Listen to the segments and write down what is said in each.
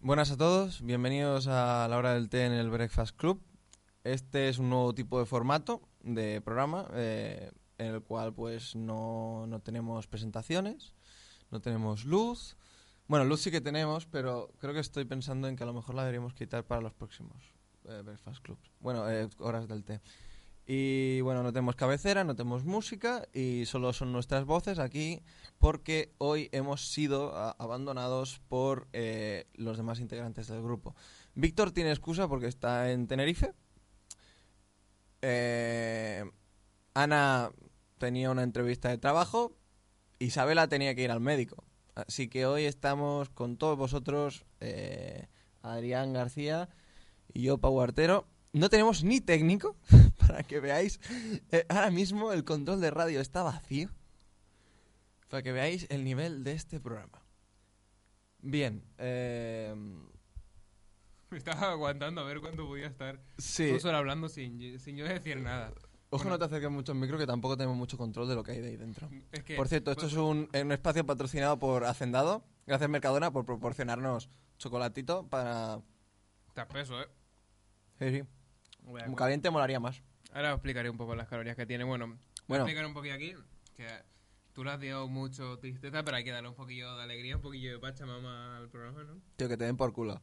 Buenas a todos, bienvenidos a la hora del té en el Breakfast Club. Este es un nuevo tipo de formato de programa eh, en el cual pues no, no tenemos presentaciones, no tenemos luz. Bueno, luz sí que tenemos, pero creo que estoy pensando en que a lo mejor la deberíamos quitar para los próximos eh, Breakfast Club. Bueno, eh, horas del té. Y bueno, no tenemos cabecera, no tenemos música y solo son nuestras voces aquí porque hoy hemos sido a- abandonados por eh, los demás integrantes del grupo. Víctor tiene excusa porque está en Tenerife. Eh, Ana tenía una entrevista de trabajo. Isabela tenía que ir al médico. Así que hoy estamos con todos vosotros, eh, Adrián García y yo, Pau Artero. No tenemos ni técnico, para que veáis. Eh, ahora mismo el control de radio está vacío. Para que veáis el nivel de este programa. Bien. eh, Me estaba aguantando a ver cuánto podía estar. sí. Tú solo hablando sin, sin yo decir nada. Ojo, no te acerques mucho al micro, que tampoco tenemos mucho control de lo que hay de ahí dentro. Es que, pues, Por cierto, esto es un, en un espacio patrocinado por Hacendado. Gracias, Mercadona, por proporcionarnos chocolatito para. Estás peso, ¿eh? Sí, sí. Como caliente molaría más. Ahora os explicaré un poco las calorías que tiene. Bueno, voy a Bueno. explicar un poquillo aquí. Que tú le has dado mucho tristeza, pero hay que darle un poquillo de alegría, un poquillo de pachamama al programa, ¿no? Tío, que te den por culo.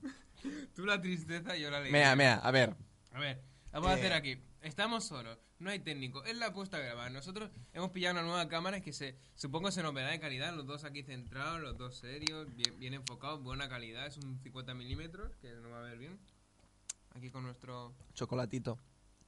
Tú la tristeza y yo la alegría. Mira, mira, a ver. A ver, vamos a Eh. hacer aquí. Estamos solos, no hay técnico. Él la ha puesto a grabar. Nosotros hemos pillado una nueva cámara que se, supongo se nos verá de calidad. Los dos aquí centrados, los dos serios, bien, bien enfocados, buena calidad. Es un 50 milímetros que nos va a ver bien. Aquí con nuestro. Chocolatito.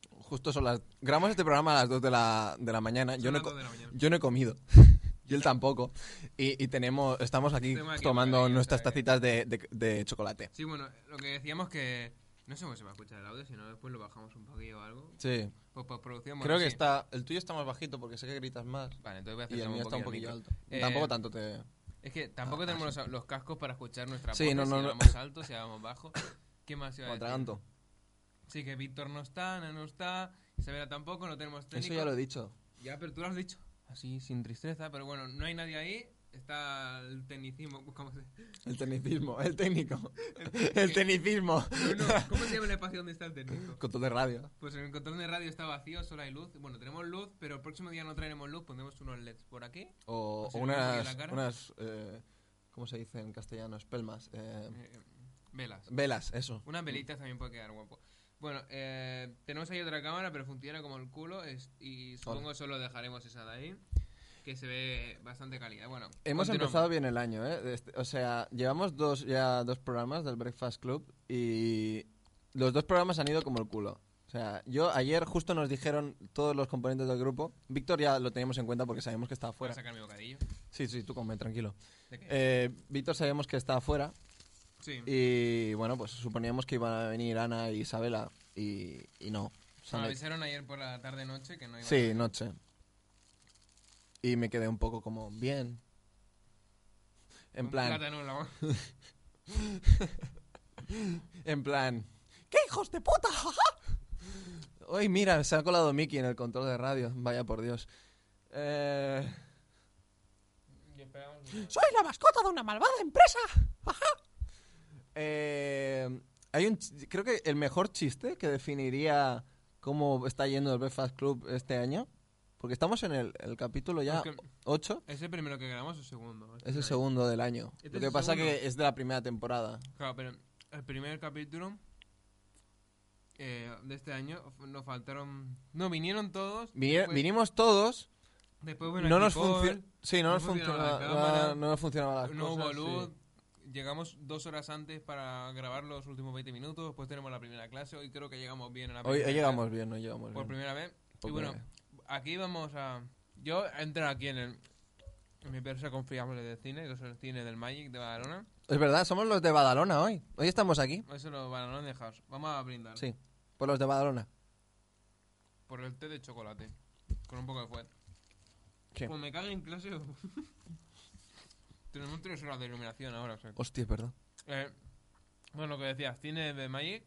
Justo son las. Grabamos este programa a las 2 de la, de la mañana. son Yo no, he las co- dos de la mañana. yo no he comido. y él tampoco. Y, y tenemos, estamos aquí Estamos aquí tomando maravilloso, nuestras eh. tacitas de, de- de chocolate. Sí, bueno, lo que decíamos que. No sé cómo se va a escuchar el audio, si no después lo bajamos un poquillo o algo. Sí. Pues postproducción, bueno, Creo que sí. está. El tuyo está más bajito porque sé que gritas más. Vale, entonces voy a Y el acercarme mío está un poquillo al alto. micro. Eh, Tampoco tanto te. Es que tampoco Ah, tenemos los, los cascos para escuchar nuestra Sí, voz, no, no, si no. vamos alto, si vamos bajo. ¿Qué más iba a Como decir? atraganto. Sí, que Víctor no está, Ana no está, Isabela tampoco, no tenemos técnico. Eso ya lo he dicho. Ya, pero tú lo has dicho. Así, sin tristeza, pero bueno, no hay nadie ahí. Está el tecnicismo, ¿cómo se, El tecnicismo, el técnico. El- El tecnicismo. No, no, ¿cómo se llama el espacio donde está el técnico? Control de radio. Pues el control de radio está vacío, solo hay luz. Bueno, tenemos luz, pero el próximo día no traeremos luz, pondremos unos LEDs por aquí. O, Así o no me veía unas. la cara. unas eh, ¿Cómo se dice en castellano? Espelmas. eh, eh, velas. velas, eso. Unas velitas también puede quedar guapo. Bueno, eh, tenemos ahí otra cámara, pero funciona como el culo es- y supongo solo dejaremos esa de ahí, que se ve bastante calidad. Bueno, Hemos continuamos. empezado bien el año, ¿eh? Este- o sea, llevamos dos, ya dos programas del Breakfast Club y los dos programas han ido como el culo. O sea, yo ayer justo nos dijeron todos los componentes del grupo. Víctor ya lo teníamos en cuenta porque sabíamos que estaba Voy a fuera. sacar mi bocadillo. Sí, sí, tú come, tranquilo. ¿De qué? Eh, Víctor sabíamos que estaba fuera sí. y bueno, pues suponíamos que iban a venir Ana y Isabela y, y no. Se han Bueno, hecho- avisaron ayer por la tarde-noche que no iba Sí, noche. Y me quedé un poco como, bien. En Un plan, plátano en la boca. en plan, ¡qué hijos de puta! Hoy mira, se ha colado Mickey en el control de radio, vaya por Dios. Eh, ¡Soy la mascota de una malvada empresa! Ajá. Eh, hay un, ch- creo que el mejor chiste que definiría cómo está yendo el Breakfast Club este año, porque estamos en el, el capítulo ya Aunque- 8. ¿Es el primero que grabamos o segundo? Es el Ahí. segundo del año. Este Lo es que el pasa segundo. que es de la primera temporada. Claro, pero el primer capítulo eh, de este año fu- nos faltaron... No, vinieron todos. Vini- después- Vinimos todos, Después no nos funcionó. funcionó. Sí, no, no nos funcionaba la funcionaba, cámara, no, nos funcionaba las No hubo cosas, luz. sí. Llegamos dos horas antes para grabar los últimos 20 minutos. Después tenemos la primera clase. Hoy creo que llegamos bien a la Hoy, hoy primera llegamos bien, no llegamos clase Por bien. primera vez. Por y bueno, primera aquí vamos a... Yo entro aquí en el... En mi persa confiable de cine, que es el cine del Magic de Badalona. Es verdad, somos los de Badalona hoy. Hoy estamos aquí. Eso lo van a dejar. Vamos a brindar. Sí, por los de Badalona. Por el té de chocolate. Con un poco de fuego. Sí. Pues me cague en clase. o- Tenemos tres horas de iluminación ahora. o sea. Hostia, es verdad. Eh, bueno, lo que decías, cine de Magic.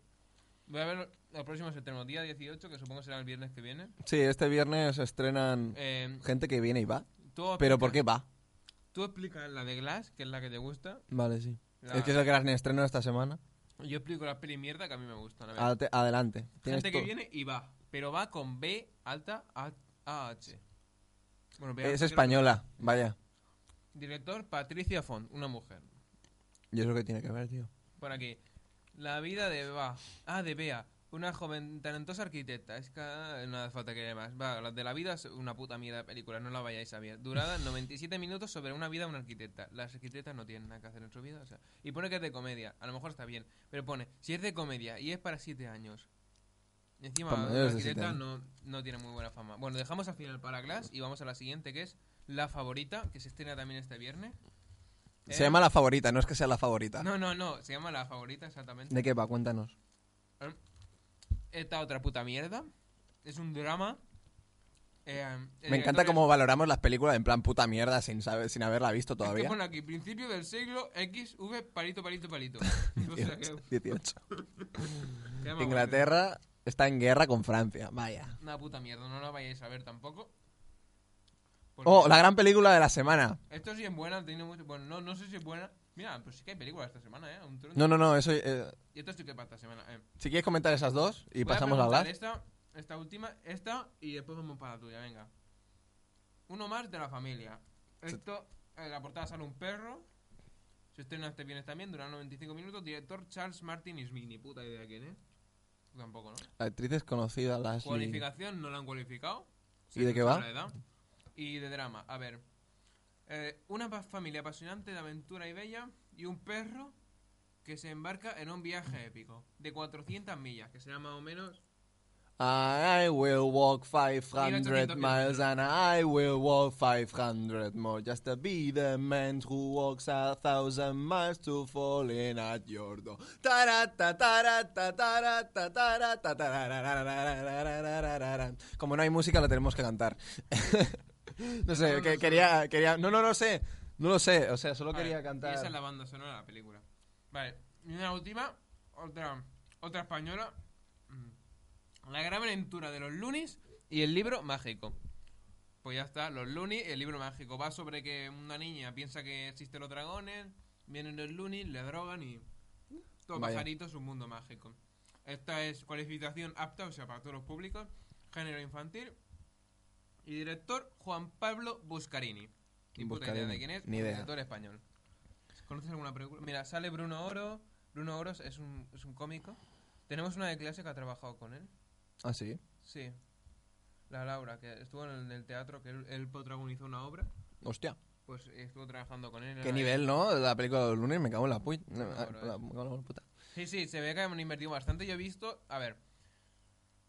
Voy a ver los próximos estrenos. Día 18, que supongo será el viernes que viene. Sí, este viernes estrenan Eh, gente que viene y va. tú Pero explica- ¿por qué va? Tú explicas la de Glass, que es la que te gusta. Vale, sí. La- Es que es el gran estreno de esta semana. Yo explico las pelis mierda que a mí me gustan. A ver. Ate- adelante. Tienes Gente que todo. viene y va, pero va con B alta A, H. Bueno, B Es alta, creo que- española, vaya. Director Patricia Font, una mujer. ¿Y eso qué tiene que ver, tío? Por aquí. La vida de Bea. Ah, de Bea. Una joven talentosa arquitecta. Es que ah, no hace falta que lea más. Va, la de la vida es una puta mierda de película. No la vayáis a ver. Durada 97 minutos sobre una vida de una arquitecta. Las arquitectas no tienen nada que hacer en su vida. o sea. Y pone que es de comedia. A lo mejor está bien. Pero pone, si es de comedia y es para 7 años. Y Encima, Para la mayores de siete arquitecta años. no, no tiene muy buena fama. Bueno, dejamos al final para Glass y vamos a la siguiente que es La Favorita, que se estrena también este viernes. Se Eh, llama La Favorita, no es que sea la favorita. No, no, no. Se llama La Favorita exactamente. ¿De qué va? Cuéntanos. Esta otra puta mierda. Es un drama. Eh, el Me encanta director cómo valoramos las películas en plan puta mierda sin, saber, sin haberla visto es- es que todavía. pone aquí, principio del siglo XV, palito, palito, palito. O sea, que- 18. 18. que llama Inglaterra está en guerra con Francia, vaya. bueno. Una puta mierda, no la vayáis a ver tampoco. Porque Oh, la gran película de la semana. Esto sí es buena, ha tenido mucho. Bueno, no, no sé si es buena. Mira, pues sí que hay películas esta semana, ¿eh? Un tronco. No, no, no, eso... eh, Y esto sí que pasa esta semana. eh. si quieres comentar esas dos y Voy a pasamos a preguntar hablar. Esta, esta última, esta y después vamos para la tuya, venga. Uno más de la familia. Esto, en la portada sale un perro. Se estrena este viernes también, dura 95 minutos. Director Charles Martin Smith, ni puta idea quién es. Tú Tampoco, ¿no? La actriz es conocida, la Ashley- ¿eh? Cualificación no la han cualificado. Se ¿Y de qué cruza va? la edad. Y de drama, a ver. Eh, una pa- familia apasionante de aventura y bella y un perro que se embarca en un viaje épico de 400 millas, que será más o menos I will walk 500 800 miles and I will walk 500 more just to be the man who walks a thousand miles to fall in at your door. Tarata, tarata, tarata, tarata, tararararararararararararararararararararararararararararararararararararararararararararararara. Como no hay música, la tenemos que cantar. no sé, No, no que- sé. quería, quería. No, no lo sé. No lo sé. O sea, solo Vale, quería y esa es cantar. la banda sonora de la película. Vale, y una última, otra, otra española. Mm. La gran aventura de los Lunis y el libro mágico. Pues ya está, los Lunis, el libro mágico. Va sobre que una niña piensa que existen los dragones, vienen los Lunis, le drogan y. Todo Vaya. pajarito es un mundo mágico. Esta es cualificación apta, o sea, para todos los públicos, género infantil. Y director Juan Pablo Buscarini. Ni puta idea Buscarini, de quién es, ni idea. director español. ¿Conoces alguna película? Mira, sale Bruno Oro. Bruno Oros es un, es un cómico. Tenemos una de clase que ha trabajado con él. Ah, sí. Sí. La Laura, que estuvo en el, en el teatro, que él, él protagonizó una obra. Hostia. Pues estuvo trabajando con él. Qué era- nivel, ¿no? La película de los lunes, me cago en la puy. Me No, bro, eh. cago en la puta. Sí, sí, se ve que han invertido bastante. Yo he visto. A ver.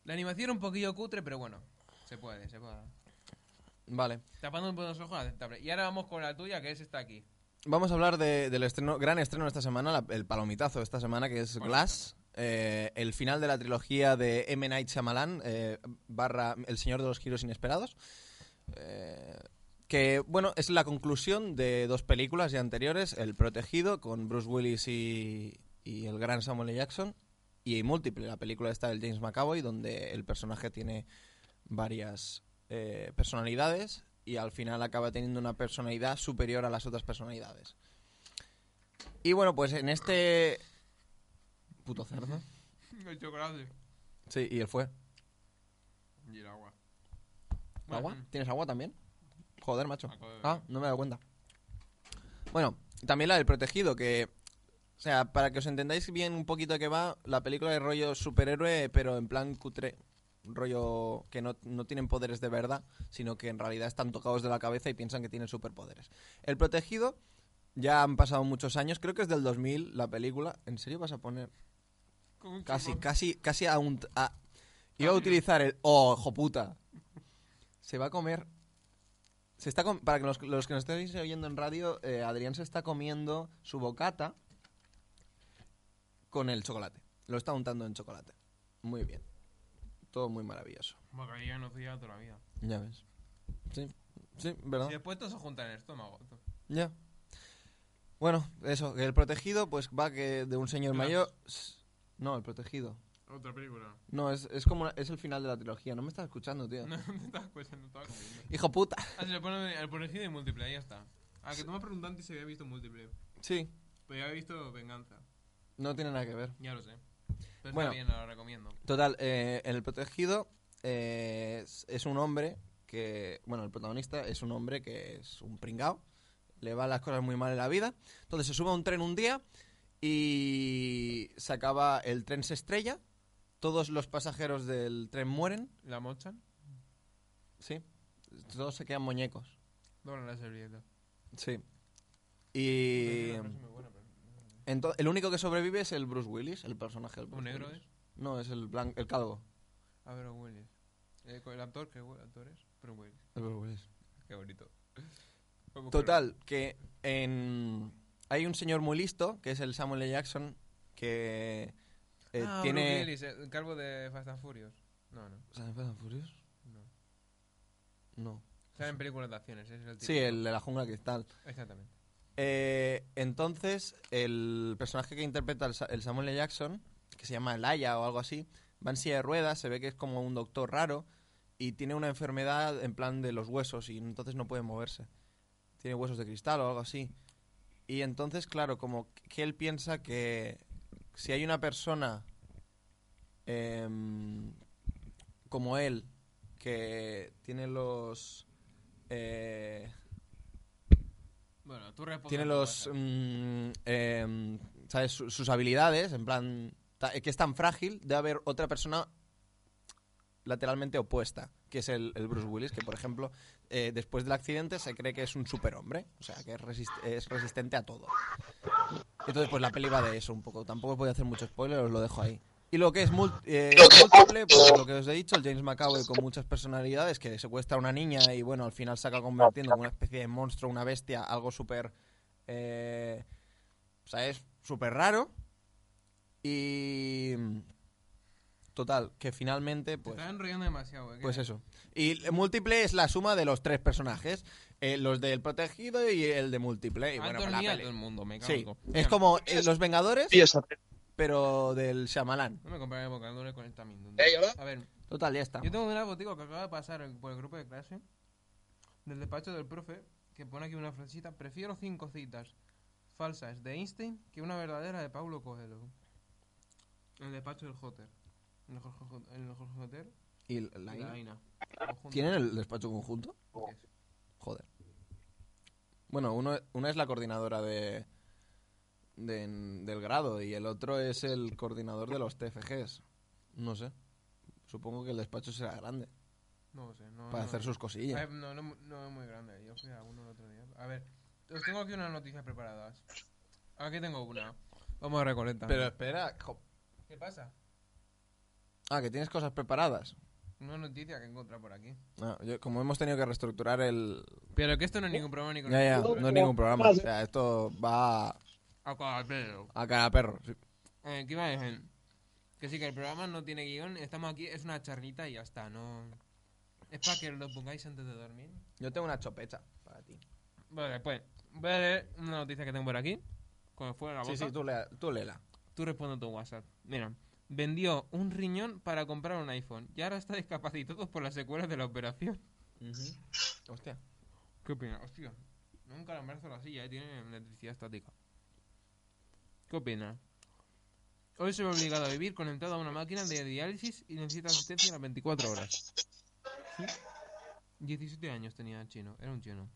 La animación un poquillo cutre, pero bueno. Se puede, se puede. Vale. Tapando un poco los ojos, aceptable. Y ahora vamos con la tuya, que es esta aquí. Vamos a hablar de- del estreno, gran estreno de esta semana, la- el palomitazo de esta semana, que es Bueno, Glass. eh, el final de la trilogía de M. Night Shyamalan, eh, barra El Señor de los Giros Inesperados. eh, que, bueno, es la conclusión de dos películas ya anteriores, El Protegido, con Bruce Willis y, y el gran Samuel L. Jackson, y Múltiple, la película esta del James McAvoy, donde el personaje tiene varias eh, personalidades y al final acaba teniendo una personalidad superior a las otras personalidades. Y bueno, pues en este... Puto cerdo. El chocolate Sí, y él fue. y el agua. ¿Agua? Bueno, mm. ¿Tienes agua también? Joder, macho. Acabo de Ah, beber. no me he dado cuenta. Bueno, y también la del protegido, que... O sea, para que os entendáis bien un poquito de qué va, la película es rollo superhéroe, pero en plan cutre. Rollo que no, no tienen poderes de verdad, sino que en realidad están tocados de la cabeza y piensan que tienen superpoderes. El protegido, ya han pasado muchos años, creo que es del 2000 la película. ¿En serio vas a poner con un Casi, chupón. casi, casi a un... a- iba a mira. utilizar el... ¡Oh, hijo puta! Se va a comer... Se está com- Para que los, los que nos estéis oyendo en radio, eh, Adrián se está comiendo su bocata con el chocolate. Lo está untando en chocolate. Muy bien. Todo muy maravilloso. Macarilla no hacía toda la vida. Ya ves. Sí, sí, Y ¿verdad? después todo se junta en el estómago. tú. Ya. Bueno, eso, que el protegido pues va que de un señor Glass. mayor... s- No, el protegido. Otra película. No, es, es como una- es el final de la trilogía. No me estás escuchando, tío. No, me estaba escuchando, estaba comiendo. Hijo puta. Ah, se le pone el protegido y múltiple, ahí ya está. Ah, que tú me has preguntado antes si había visto múltiple. Sí. Pero ya he visto Venganza. No tiene nada que ver. Ya lo sé. Pero Bueno. está bien, la recomiendo. Total, eh, el protegido eh, es, es un hombre que, bueno, el protagonista es un hombre que es un pringao, le van las cosas muy mal en la vida, entonces se sube a un tren un día y se acaba, el tren se estrella, todos los pasajeros del tren mueren, ¿La mochan? sí, todos se quedan muñecos, Doblan la servilleta. sí. Y Es una frase muy buena, pero- ento- el único que sobrevive es el Bruce Willis, el personaje del ¿Un Bruce negro Willis. es? No, es el, blanco, el calvo. A ver, Willis. Eh, con el actor, ¿qué actor es? Pero Willis. El Bruce Willis. Qué bonito. Voy a buscarlo. Total, que en... hay un señor muy listo, que es el Samuel L. Jackson, que eh, ah, Bruce tiene... Willis, el cargo de Fast and Furious. No, no, ¿Sale en Fast and Furious? no. No. Sale en películas de acciones, ese es el Sí, típico. el de la jungla de cristal. Exactamente. Eh, entonces, el personaje que interpreta el, Sa- el Samuel L. Jackson, que se llama Laia o algo así, va en silla de ruedas, se ve que es como un doctor raro y tiene una enfermedad en plan de los huesos y entonces no puede moverse. Tiene huesos de cristal o algo así. Y entonces, claro, como que él piensa que si hay una persona em, como él que tiene los... eh, Bueno, tú respondes. tiene lo que los pasa. mm, em, sabes Su- sus habilidades en plan ta- que es tan frágil de haber otra persona lateralmente opuesta que es el, el Bruce Willis que por ejemplo eh, después del accidente se cree que es un superhombre o sea que es, resist- es resistente a todo entonces pues la peli va de eso un poco tampoco voy a hacer mucho spoiler os lo dejo ahí y lo que es mul- eh, múltiple, pues lo que os he dicho, el James McAvoy con muchas personalidades que secuestra a una niña y bueno, al final se acaba convirtiendo en una especie de monstruo, una bestia, algo súper... eh, o sea, es súper raro. Y... Total, que finalmente Te pues... estás enrollando demasiado, eh, güey. Pues eso. Y múltiple es la suma de los tres personajes, eh, los del protegido y el de múltiple. Y bueno, pues, la dormía peli- todo el mundo, me cago en Sí, todo. es como eh, los Vengadores, Sí, esa peli. pero del Shyamalan. No me compraré vocabulario con el Tamindun. Ey, hola. A ver, Total, ya está. yo tengo un botico que acaba de pasar por el grupo de clase del despacho del profe que pone aquí una frasecita. Prefiero cinco citas falsas de Einstein que una verdadera de Paulo Coelho. El despacho del Jotter. El Jorge, Jot- el Jorge Jotter ¿Y y la la Ina? Aina. ¿Tienen el despacho conjunto? Joder. Bueno, uno, una es la coordinadora de, de- del grado y el otro es el coordinador de los TFGs. No sé. Supongo que el despacho será grande No lo sé. No, para no- hacer sus A cosillas. ver, no, no, mu- no es muy grande. Yo fui a uno el otro día. A ver, os tengo aquí unas noticias preparadas. Aquí tengo una. Vamos a Recoleta. espera. jo- ¿Qué pasa? Ah, que tienes cosas preparadas. Una noticia que encontré por aquí. Ah, yo- como hemos tenido que reestructurar el... Pero que esto no es ningún problema ni con Ya, ya, no es ningún programa. O sea, esto va A cuadro. a cara a perro. sí. Ah, Eh, ¿Qué iba a decir? Que sí, que el programa no tiene guión. Estamos aquí, es una charlita y ya está. No... Es para que lo pongáis antes de dormir. Yo tengo una chopecha para ti. Vale, pues voy a leer una noticia que tengo por aquí. Con el fuego en la Sí, boca. sí, tú, lea- tú léela. Tú responde a tu WhatsApp. Mira, vendió un riñón para comprar un iPhone y ahora está discapacitado por las secuelas de la operación. Hostia. ¿Qué opinas? Hostia, nunca la embarazo la silla, eh, tiene electricidad estática. ¿Qué opinas? Hoy se ve obligado a vivir conectado a una máquina de diálisis y necesita asistencia las 24 horas. ¿Sí? 17 años tenía el chino, era un chino.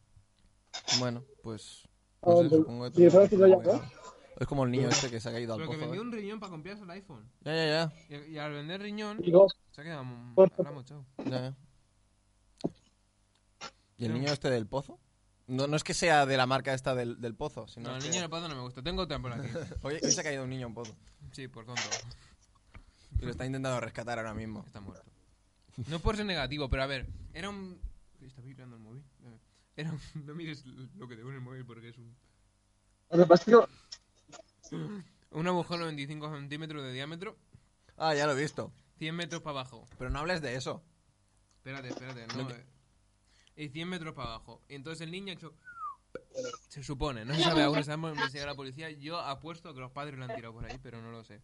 Bueno, pues. Ah, No sé, hombre. supongo que Sí, tendrá Francis lo que- llama. Es como el niño este que se ha caído al Pero que pozo. vendió ¿eh? un riñón para comprarse el iPhone. Ya, ya, Y, y al vender riñón, Digo, se ha quedado... mu- Por- hablamos, chao. ya, ya, ya. ¿Y el Sí. niño este del pozo? No, no es que sea de la marca esta del, del pozo, sino. No, el que- niño del pato no me gusta. Tengo otra por aquí. Oye, hoy se ha caído un niño en pozo. Sí, por tonto. Y lo está intentando rescatar ahora mismo. Está muerto. No por ser negativo, pero a ver, era un... Está vibrando el móvil. Dame. Era un... No mires lo que te pone el móvil porque es un... lo que pasa es que no- Un agujero de 25 centímetros de diámetro, Ah, ya lo he visto. 100 metros para abajo. Pero no hables de eso. Espérate, espérate, no... No, eh. Y 100 metros para abajo. Y entonces el niño ha hecho... Se supone, no se sabe aún, estamos investigando a la policía. Yo apuesto que los padres lo han tirado por ahí, pero no lo sé.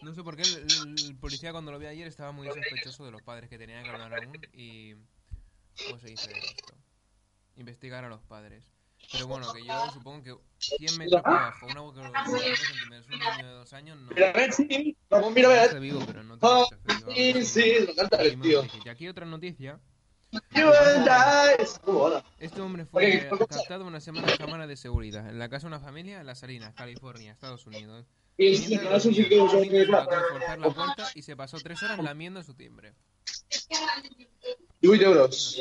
No sé por qué el, el policía cuando lo vi ayer estaba muy sospechoso de los padres que tenían que hablar aún y... ¿Cómo se dice esto? Investigar a los padres. Pero bueno, que yo supongo que 100 metros para abajo, una boca de 2 centímetros, un niño de 2 años, no. Mira, a ver si. Vamos, mira, a ver. Está vivo, pero no Oh, tiene mucho efecto. sí, sí, lo canta el Y más tío. noticia. Y aquí otra noticia. You and I. Oh, Es muy buena. Este hombre fue Oye, ¿qué cosa? captado una semana en cámara de seguridad en la casa de una familia en Las Salinas, California, Estados Unidos. Y sí, Mientras no es un dormía, chiquillo, yo el niño que trató de forzar la puerta y se pasó tres horas lamiendo su timbre. Y 8 euros.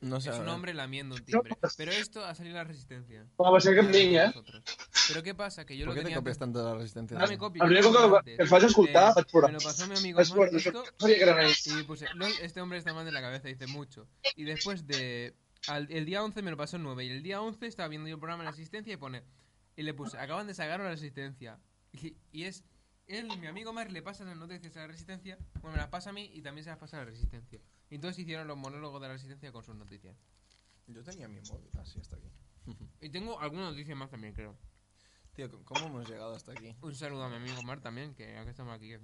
No sé. Es un ahora. hombre lamiendo un timbre. Pero esto ha salido la resistencia. Vamos a ser que es niña, ¿eh? Nosotros. Pero ¿qué pasa? Que yo ¿Por lo qué te tenía... copias tanto de la resistencia? No me copio. Habría yo lo que- tenía que fas escoltar, antes. Eh, vaig plorar. Me lo pasó mi amigo Es Marc, bueno, yo esto, sabía que era una y puse, "No, este hombre está mal de la cabeza, dice mucho. Y después de... al- el día 11 me lo pasó el 9 y el día 11 estaba viendo yo el programa de la resistencia y pone... Y le puse, acaban de sacar a la resistencia. Y, y es... Él, mi amigo Marc le pasa las noticias a la resistencia, bueno, me las pasa a mí y también se las pasa a la resistencia. Y entonces hicieron los monólogos de la resistencia con sus noticias. Yo tenía mi móvil así hasta aquí. Y tengo alguna noticia más también, creo. Tío, ¿cómo hemos llegado hasta aquí? Un saludo a mi amigo Mar también, que ya que estamos aquí, que-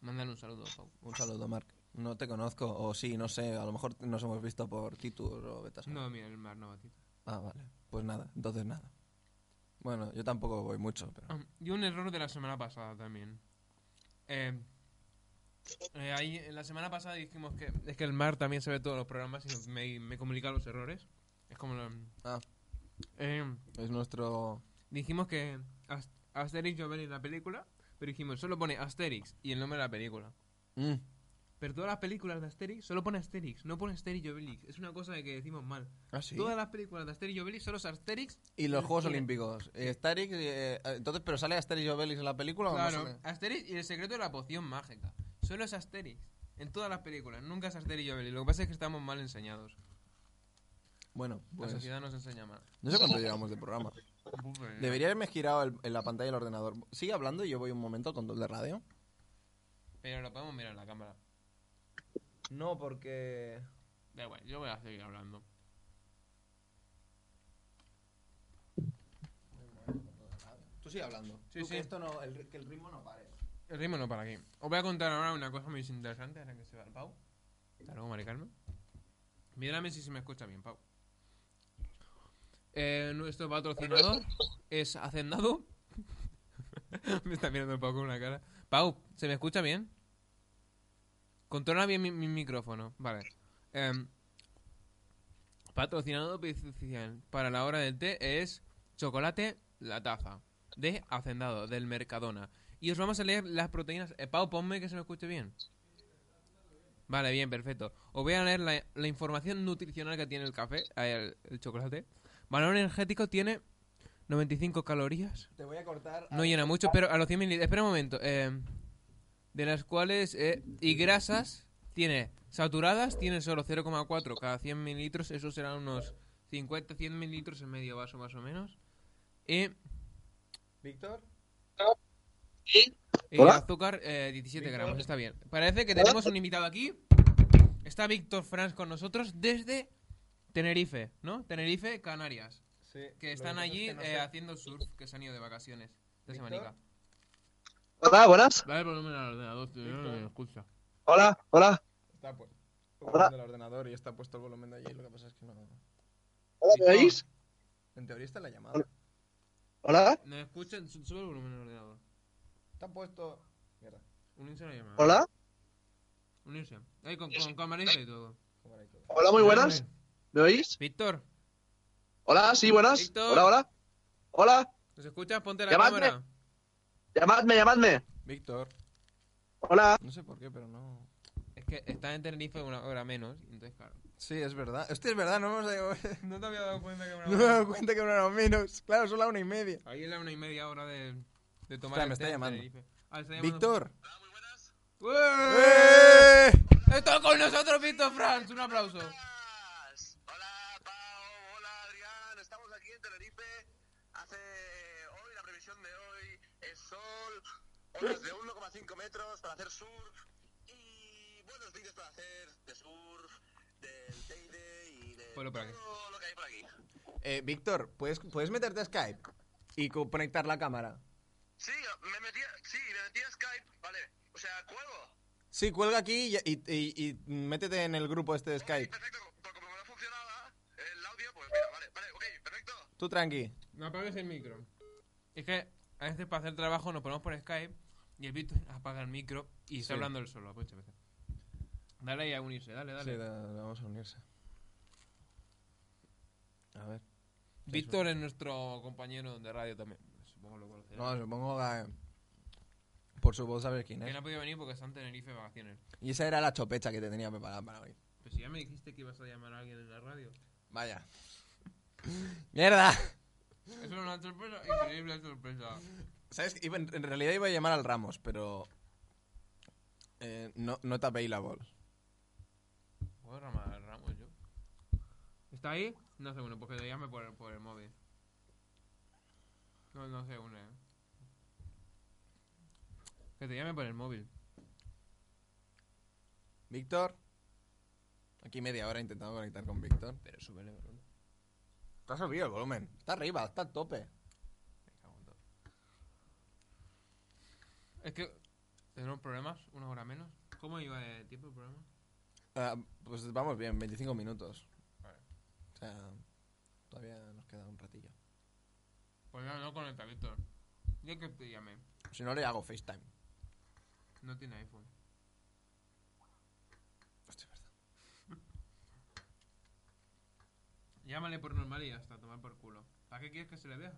mándale un saludo. Pau. Un saludo, Mark. No te conozco, o sí, no sé, a lo mejor nos hemos visto por Titur o Betas. No, mira, el Mar no va, tío. Ah, vale. Pues nada, entonces nada. Bueno, yo tampoco voy mucho, pero... Ah, y un error de la semana pasada también. Eh, eh, ahí, en la semana pasada dijimos que es que el Mar también se ve todos los programas y me, me comunica los errores. Es como... lo- Ah, eh, es nuestro... dijimos que As- Asterix iba a venir en la película, pero dijimos, solo pone Asterix y el nombre de la película. Mm, Pero todas las películas de Asterix solo pone Asterix, no pone Asterix y Obelix. Es una cosa que decimos mal. Ah, sí. Todas las películas de Asterix y Obelix solo es Asterix Y los Juegos Sí. Olímpicos. Eh, Asterix, eh, entonces, ¿pero sale Asterix y Obelix en la película o no Claro, sale? Asterix y el secreto de la poción mágica. Solo es Asterix. En todas las películas, nunca es Asterix y Obelix. Lo que pasa es que estamos mal enseñados. Bueno, pues... La sociedad nos enseña mal. No sé cuánto llevamos de programa. Debería haberme girado el- en la pantalla del ordenador. Sigue hablando y yo voy un momento al control de radio. Pero lo podemos mirar en la cámara. No, porque... Da igual, yo voy a seguir hablando. Tú sigue hablando. Sí, Tú sí. Que, esto no, el, que el ritmo no pare. El ritmo no para aquí. Os voy a contar ahora una cosa muy interesante ahora que se va el Pau. Hasta luego, Mari Carmen. Mírame si se me escucha bien, Pau. Eh, nuestro patrocinador es Hacendado. me está mirando el Pau con una cara. Pau, ¿se me escucha bien? Controla bien mi, mi micrófono. Vale. Em, patrocinador oficial para la hora del té es Chocolate La Taza de Hacendado, del Mercadona. Y os vamos a leer las proteínas. Eh, Pau, ponme que se me escuche bien. Vale, bien, perfecto. Os voy a leer la, la información nutricional que tiene el café, eh, el, el chocolate. Valor energético tiene 95 calorías. Te voy a cortar... No llena mucho, pero a los 100 mililitros. Espera un momento. eh, de las cuales. eh, y grasas tiene. Saturadas tiene solo 0,4 cada 100 mililitros. Eso serán unos 50, 100 mililitros en medio vaso más o menos. Y Víctor, Y Hola. azúcar, eh, 17 Víctor. gramos, está bien. Parece que tenemos un invitado aquí. Está Víctor Franz con nosotros desde Tenerife, ¿no? Tenerife, Canarias. Que están allí eh, haciendo surf, que se han ido de vacaciones. Esta Víctor. semanica. Hola, buenas. Dale el volumen al ordenador, tío, no Víctor. me escucha. Hola, hola. Está puesto Hola. el ordenador y está puesto el volumen de allí. Lo que pasa es que no. Hola, ¿me oís? En teoría está la llamada. Hola. Hola, ¿Nos escuchan? Su- Sube el volumen al ordenador. Está puesto. Mierda. Unirse a la llamada. hola. Unirse. Ahí con, con camarita y todo. cámara y todo. Hola, muy buenas. ¿Me oís? Víctor, Hola, sí, buenas. Víctor. Hola, hola. Hola, ¿nos escuchas? Ponte la Llamadme. cámara. llamadme, llamadme. Víctor, Hola. no sé por qué, pero no. Es que está en Tenerife una hora menos, entonces claro. Sí, es verdad. Hostia, es verdad, no hemos No te había dado cuenta que era No me he dado cuenta que era menos. Claro, son la una y media. Ahí es la una y media hora de, de tomar Espera, el me está té en llamando. Tenerife. Ah, está llamando. Víctor. ¡Ué! ¡Eh! ¡Está con nosotros Víctor Franz! ¡Un aplauso! Hola Pao, hola Adrián, estamos aquí en Tenerife. Hace hoy la previsión de hoy es sol, olas de 1,5 metros para hacer surf y buenos vídeos para hacer de surf, del Teide y de Ponlo por aquí. todo lo que hay por aquí. Eh, Víctor, ¿puedes, puedes meterte a Skype y co- conectar la cámara. Sí, me metí, a- sí, me metí a Skype, vale. O sea, cuelgo. Sí, cuelga aquí y, y- y- y métete en el grupo este de Ok, Skype. perfecto, pero como no funcionaba el audio, pues mira, pues vale, vale, ok, perfecto. Tú tranqui. No apagues el micro. Es que a veces para hacer trabajo nos ponemos por Skype y el Víctor apaga el micro y Sí. está hablando él solo. muchas veces. Dale ahí a unirse, dale, dale. Sí, da- da- vamos a unirse. A ver. Víctor es nuestro compañero de radio también. Supongo lo conocerás. No, supongo que. Por su voz sabes quién que no es. ha podido venir porque está en Tenerife de vacaciones. Y esa era la chopecha que te tenía preparada para hoy. Pero si ya me dijiste que ibas a llamar a alguien en la radio. Vaya. ¡Mierda! Eso era una sorpresa, increíble sorpresa. ¿Sabes? qué? Iba- en en realidad iba a llamar al Ramos, pero. eh, no, no tapé la bola. Puedo llamar a Ramos yo. ¿Está ahí? No se une, porque te llame por, por el móvil. No, no se une. Que te llame por el móvil. Víctor. Aquí media hora intentando conectar con Víctor. Pero súbele, boludo. Está subido el volumen. Está arriba, está a tope. Me cago en todo. Es que tenemos problemas, una hora menos. ¿Cómo iba de tiempo el programa? Ah, pues vamos bien, 25 minutos. Vale. O sea, todavía nos queda un ratillo. Pues no, no conecta, Víctor. Yo que te llamé. Si no, le hago FaceTime. No tiene iPhone. Hostia, verdad. Llámale por normal y hasta tomar por culo. ¿Para qué quieres que se le vea?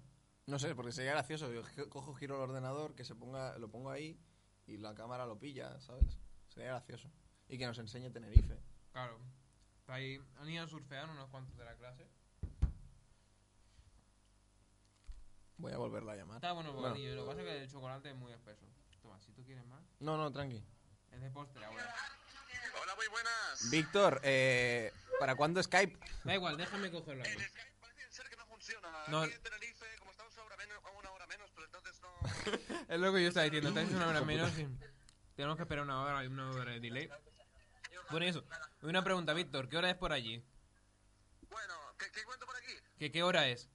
No sé, porque sería gracioso. Yo gi- cojo, giro el ordenador, que se ponga, lo pongo ahí y la cámara lo pilla, ¿sabes? Sería gracioso. Y que nos enseñe Tenerife. Claro. Ahí han ido a surfear unos cuantos de la clase. Voy a volverla a llamar. Está bueno el Bueno. bocadillo. Lo que pasa es que el chocolate es muy espeso. Toma, si tú quieres más. No, no, tranqui. Es de postre ah, ahora. Hola, muy buenas. Víctor, eh, ¿para cuándo Skype? Da igual, déjame cogerlo. ahí. El Skype parece ser que no funciona. No. Aquí en Tenerife, como estamos a, hora menos- a una hora menos, pero entonces no... Es lo que yo estaba diciendo. Estáis una hora menos y tenemos que esperar una hora. Hay una hora de delay. Bueno, y eso. Una pregunta, Víctor. ¿Qué hora es por allí? Bueno, ¿qué, qué cuento por aquí? ¿Qué, qué hora es?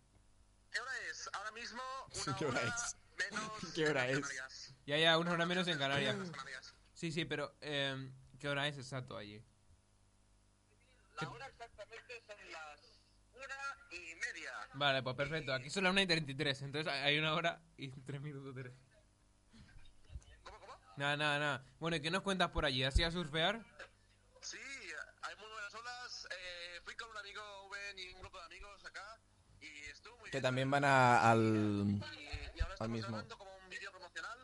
¿Qué hora es? Ahora mismo, una ¿Qué hora hora, es? menos... ¿Qué hora en es? Canarias. Ya, ya, una hora menos en Canarias. Las Canarias. Sí, sí, pero eh, ¿qué hora es exacto allí? La hora exactamente son las una y media. Vale, pues perfecto. Aquí son las 1 y 33. Entonces hay una hora y 3 minutos. Tres. ¿Cómo, cómo? Nada, nada, nada. Bueno, ¿y qué nos cuentas por allí? ¿Has ido a surfear? Sí, hay muy buenas olas. Eh, fui con un amigo, Owen, y un grupo de amigos acá. Y estuvo muy Que bien. también van a- al... Y, y ahora estamos mismo. grabando como un vídeo promocional.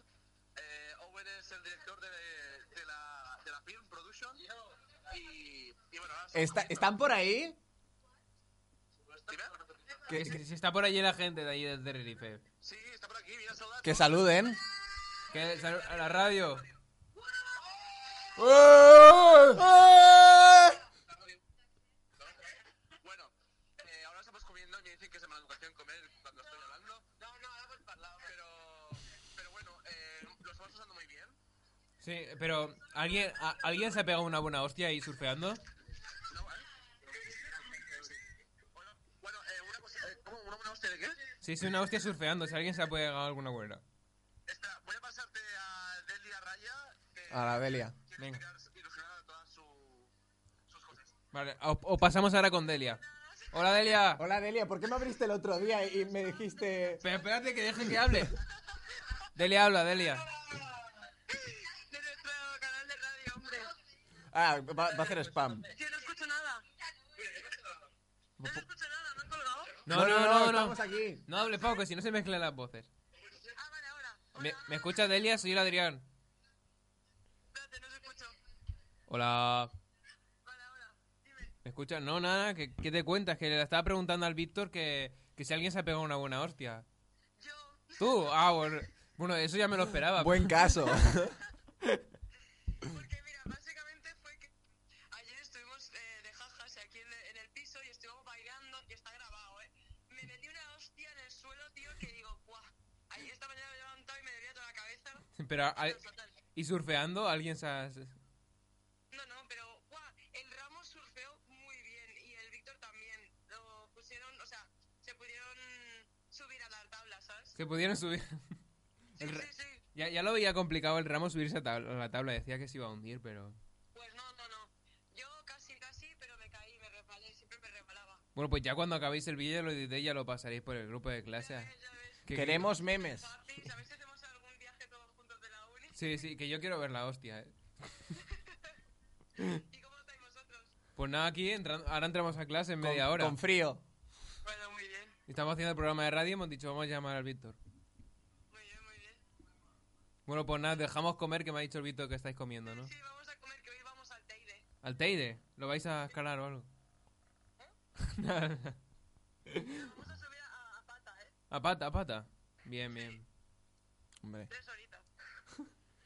Eh, Owen es el director de, de, la, de la film Production. Y, y bueno, ahora estamos Está- comiendo. ¿Están por ahí? Dime. Que, que si está por allí la gente de allí de Tenerife. Sí, está por aquí, viene a saludar. Que saluden. Que sal- a la radio. Bueno, eh, ahora estamos comiendo y me dicen que es de mala educación comer cuando estoy hablando. No, no, ahora voy para el lado. Pero, pero bueno, eh, lo estamos usando muy bien. Sí, pero ¿alguien, a- ¿alguien se ha pegado una buena hostia ahí surfeando? No, ¿eh? Bueno, bueno eh, una cosa, eh, ¿cómo? ¿Una buena hostia de qué? Sí, sí, una hostia surfeando. Si alguien se ha pegado alguna buena. Espera, voy a pasarte a Delia Raya, que A la Delia. quiere venga. explicar ilusionada todas su- sus cosas. Vale, o, o pasamos ahora con Delia. Hola, Delia. Hola Delia, ¿por qué me abriste el otro día y me dijiste... Pero espérate que dejen que hable. Delia habla, Delia. De nuestro canal de radio, hombre. Ah, va, va a hacer spam. Yo no escucho nada. No escucho nada, no han colgado. No, no, no, no. Estamos aquí. No hable poco, si no se mezclan las voces. Ah, vale, ahora. ¿Me, me escucha Delia? Soy el Adrián. Espérate, no se escucho. Hola. Vale, ahora. Dime. ¿Me escuchas? No, nada, ¿qué, qué te cuentas? Que le estaba preguntando al Víctor que, que si alguien se ha pegado una buena hostia. Yo. ¿Tú? Ah, bueno, bueno, eso ya me lo esperaba. Buen caso. Porque mira, básicamente fue que ayer estuvimos eh, de jajas aquí en, en el piso y estuvimos bailando y está grabado, ¿eh? Me metí una hostia en el suelo, tío, que digo, ¡guau! Ahí esta mañana me he levantado y me dolía toda la cabeza. Pero, al- Pero fatal. ¿y surfeando alguien se ha...? No, no, pero ¡guau! El Ramos surfeó muy bien y el Víctor también. Lo pusieron, o sea, se pudieron subir a la tabla, ¿sabes? Se pudieron subir. Sí, El ra- sí, sí. Ya, ya lo veía complicado el ramo subirse a, tab- a la tabla. Decía que se iba a hundir, pero... Pues no, no, no. Yo casi, casi, pero me caí, me resbalé, siempre me resbalaba. Bueno, pues ya cuando acabéis el vídeo lo editéis ya lo pasaréis por el grupo de clase. Que- Queremos memes. Fácil, a ver si hacemos algún viaje todos juntos de la uni. Sí, sí, que yo quiero ver la hostia, eh. ¿Y cómo estáis vosotros? Pues nada, aquí entran- ahora entramos a clase en media Con- hora. Con frío. Bueno, muy bien. Estamos haciendo el programa de radio y hemos dicho, vamos a llamar al Víctor. Muy bien, muy bien. Bueno, pues nada, dejamos comer, que me ha dicho el Víctor que estáis comiendo, ¿no? Sí, vamos a comer, que hoy vamos al Teide. Al Teide, ¿lo vais a escalar o algo? Pues Nada, nada. Vamos a subir a, a pata, ¿eh? a pata, a pata. Bien, bien. Hombre. Tres horitas.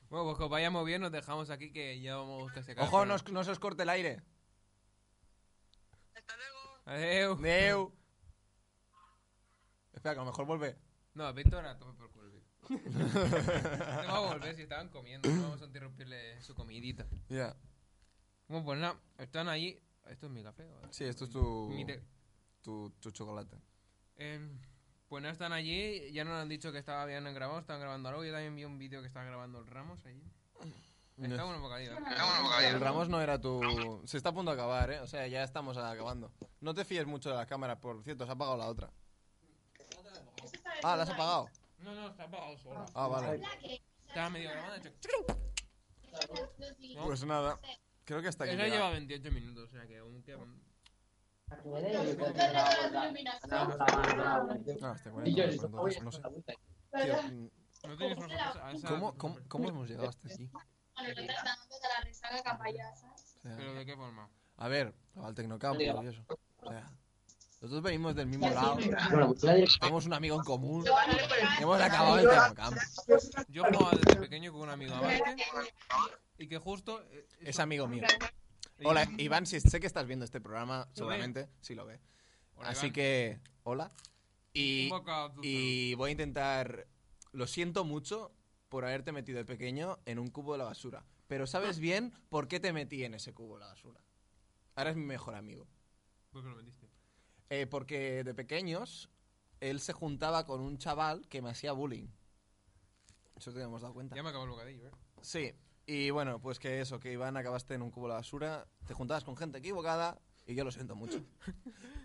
Bueno, pues que os vayamos bien, nos dejamos aquí que ya vamos casi a acabar Ojo, el no, os- no se os corte el aire. Hasta luego. programa. Adeu. Neu. Espera, que a lo mejor vuelve. No, Víctor a tope por culo. Víctor. Te va a volver si estaban comiendo, no vamos a interrumpirle su comidita. Ya. Bueno, pues nada, están allí. ¿Esto es mi café? o- Sí, esto es tu, Mi té. tu, tu chocolate. Eh, pues no están allí, ya nos han dicho que estaba bien grabado, estaban grabando algo. Yo también vi un vídeo que estaba grabando el Ramos allí. Está bueno bocadillo. El Ramos no era tu... Se está a punto de acabar, ¿eh? O sea, ya estamos acabando. No te fíes mucho de las cámaras, por cierto, se ha apagado la otra. Ah, ¿la has apagado? No, no, está apagado solo. Ah, vale. Estaba medio grabado. hecho- No, Pues nada, creo que hasta aquí. Eso llega. lleva 28 minutos, o sea que aún queda... Ah, hasta 40, yo, 42, no sé. Tío, mm, ¿No tienes más cosas? A esa- ¿cómo, cómo, cómo hemos llegado hasta aquí? O sea, ¿Pero de qué forma? a ver, al Tecnocampo y eso. O sea, nosotros venimos del mismo lado, tenemos un amigo en común, hemos acabado en Tecnocampo. Yo jugaba desde pequeño con un amigo a básquet y que justo... eh, Es eso- amigo mío. Hola, Iván, si sé que estás viendo este programa, seguramente, sí lo ve. Hola, Así Iván. que, hola. Y, Un poco abductor. y voy a intentar. Lo siento mucho por haberte metido de pequeño en un cubo de la basura. Pero sabes bien por qué te metí en ese cubo de la basura. Ahora es mi mejor amigo. ¿Por qué lo metiste? Eh, porque de pequeños, él se juntaba con un chaval que me hacía bullying. Eso te hemos dado cuenta. Ya me acabó el bocadillo, ¿eh? Sí, y bueno, pues que eso, que Iván acabaste en un cubo de la basura, te juntabas con gente equivocada y yo lo siento mucho.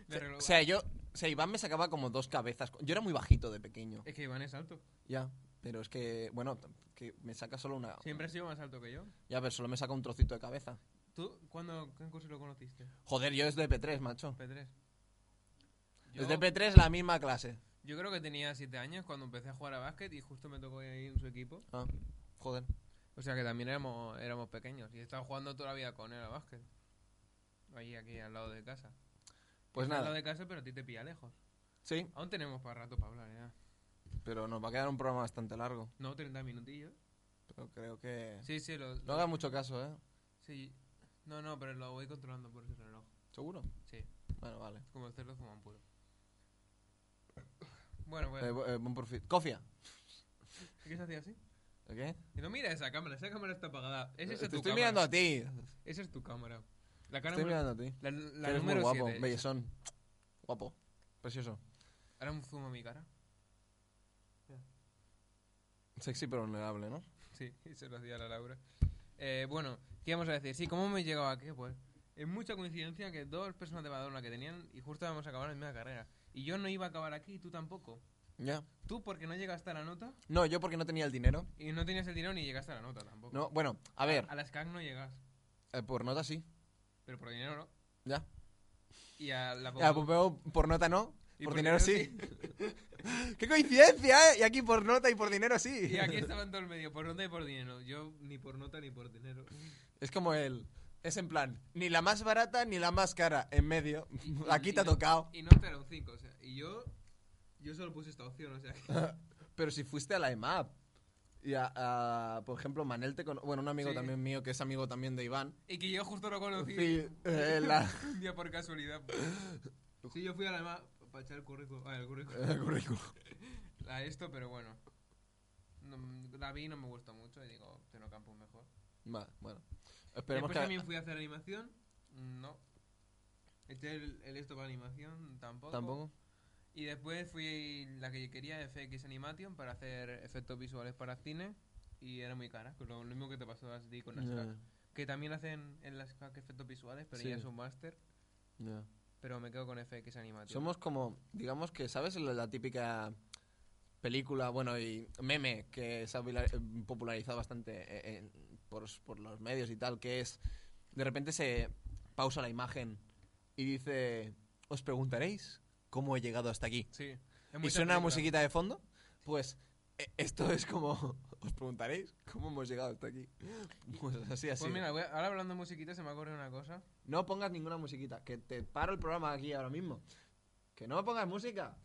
Le arregló- O sea, yo, o sea, Iván me sacaba como dos cabezas. Yo era muy bajito de pequeño. Es que Iván es alto. Ya, pero es que, bueno, t- que me saca solo una. Siempre ha sido más alto que yo. Ya, pero solo me saca un trocito de cabeza. ¿Tú cuándo en curso lo conociste? Joder, yo es de P3, macho. P3. Yo, Es de P3 la misma clase. yo creo que tenía 7 años cuando empecé a jugar a básquet y justo me tocó ahí en su equipo. Ah, joder. O sea que también éramos, éramos pequeños y estaba jugando toda la vida con él a básquet. Allí, aquí, al lado de casa. Pues Está Al lado nada. de casa, pero a ti te pilla lejos. Sí, Aún tenemos para rato para hablar, ya. pero nos va a quedar un programa bastante largo. No, 30 minutillos. Pero creo que. Sí, sí, lo, No hagas mucho caso, ¿eh? sí. No, no, pero lo voy controlando por ese reloj. ¿Seguro? Sí, Bueno, vale. como el cerdo fuman puro. Bueno, Eh, pues, bu- eh, buen perfil. Cofia. ¿qué se hacía así? ¿Ok? Y no mira esa cámara, esa cámara está apagada. Esa Eh, Te es tu estoy cámara. mirando a ti. Esa es tu cámara. La cara Estoy mirando a ti. La, la Que eres muy número guapo, 7. bellezón. Guapo. Precioso. Ahora me fumo mi cara. Sexy pero vulnerable, ¿no? Sí, se lo hacía a la Laura. Eh, bueno, ¿qué íbamos a decir? Sí, ¿cómo me he llegado aquí? Pues es mucha coincidencia que dos personas de Badalona que tenían y justo vamos a acabar la misma carrera. Y yo no iba a acabar aquí y tú tampoco. Ya. Tú porque no llegaste a la nota No, yo porque no tenía el dinero. y no tenías el dinero ni llegaste a la nota tampoco. No, bueno, a ver, A las CAC no llegas, ah. eh, por nota sí. pero por dinero no. Ya. Y a la Ya, Pompeu- pues veo por nota no, Y por dinero sí. ¡Qué coincidencia, eh! Y aquí por nota y por dinero sí. Y aquí estaban todo el medio, por nota y por dinero. Yo ni por nota ni por dinero. Es como el... Es en plan, ni la más barata ni la más cara, en medio. Y- Aquí y te ha no- tocado. Y no era un 5, o sea, y yo yo solo puse esta opción, o sea, que- Pero si fuiste a la EMAP. Y a, a, por ejemplo, Manel te cono- Bueno, un amigo Sí. también mío que es amigo también de Iván. y que yo justo lo conocí Sí, eh, la- un día por casualidad. Sí, yo fui a la EMA para echar el currículum, ah, el currículum, el currículum. a esto, pero bueno. No, la vi y no me gustó mucho y digo, Tenocampus mejor. Va, bueno. Esperemos Después que... también fui a hacer animación, no. Eché el, el esto para animación, tampoco. Tampoco. Y después fui la que yo quería, FX Animation, para hacer efectos visuales para cine. Y era muy cara, lo lo mismo que te pasó a ti con las Ya, CAC. Que también hacen en las CAC efectos visuales, pero Sí. ya es un máster. ya. pero me quedo con FX Animation. Somos como, digamos que, ¿sabes? La, la típica película, bueno, y meme que se ha vila- eh, popularizado bastante eh, en- por, s- por los medios y tal, que es, de repente se pausa la imagen y dice, os preguntaréis cómo he llegado hasta aquí. Sí. es Y mucha suena película. musiquita de fondo, pues eh, esto es como, os preguntaréis cómo hemos llegado hasta aquí. Pues así, así. Pues mira, voy a- ahora hablando de musiquita se me ha ocurrido una cosa. No pongas ninguna musiquita, que te paro el programa aquí ahora mismo. Que no pongas música.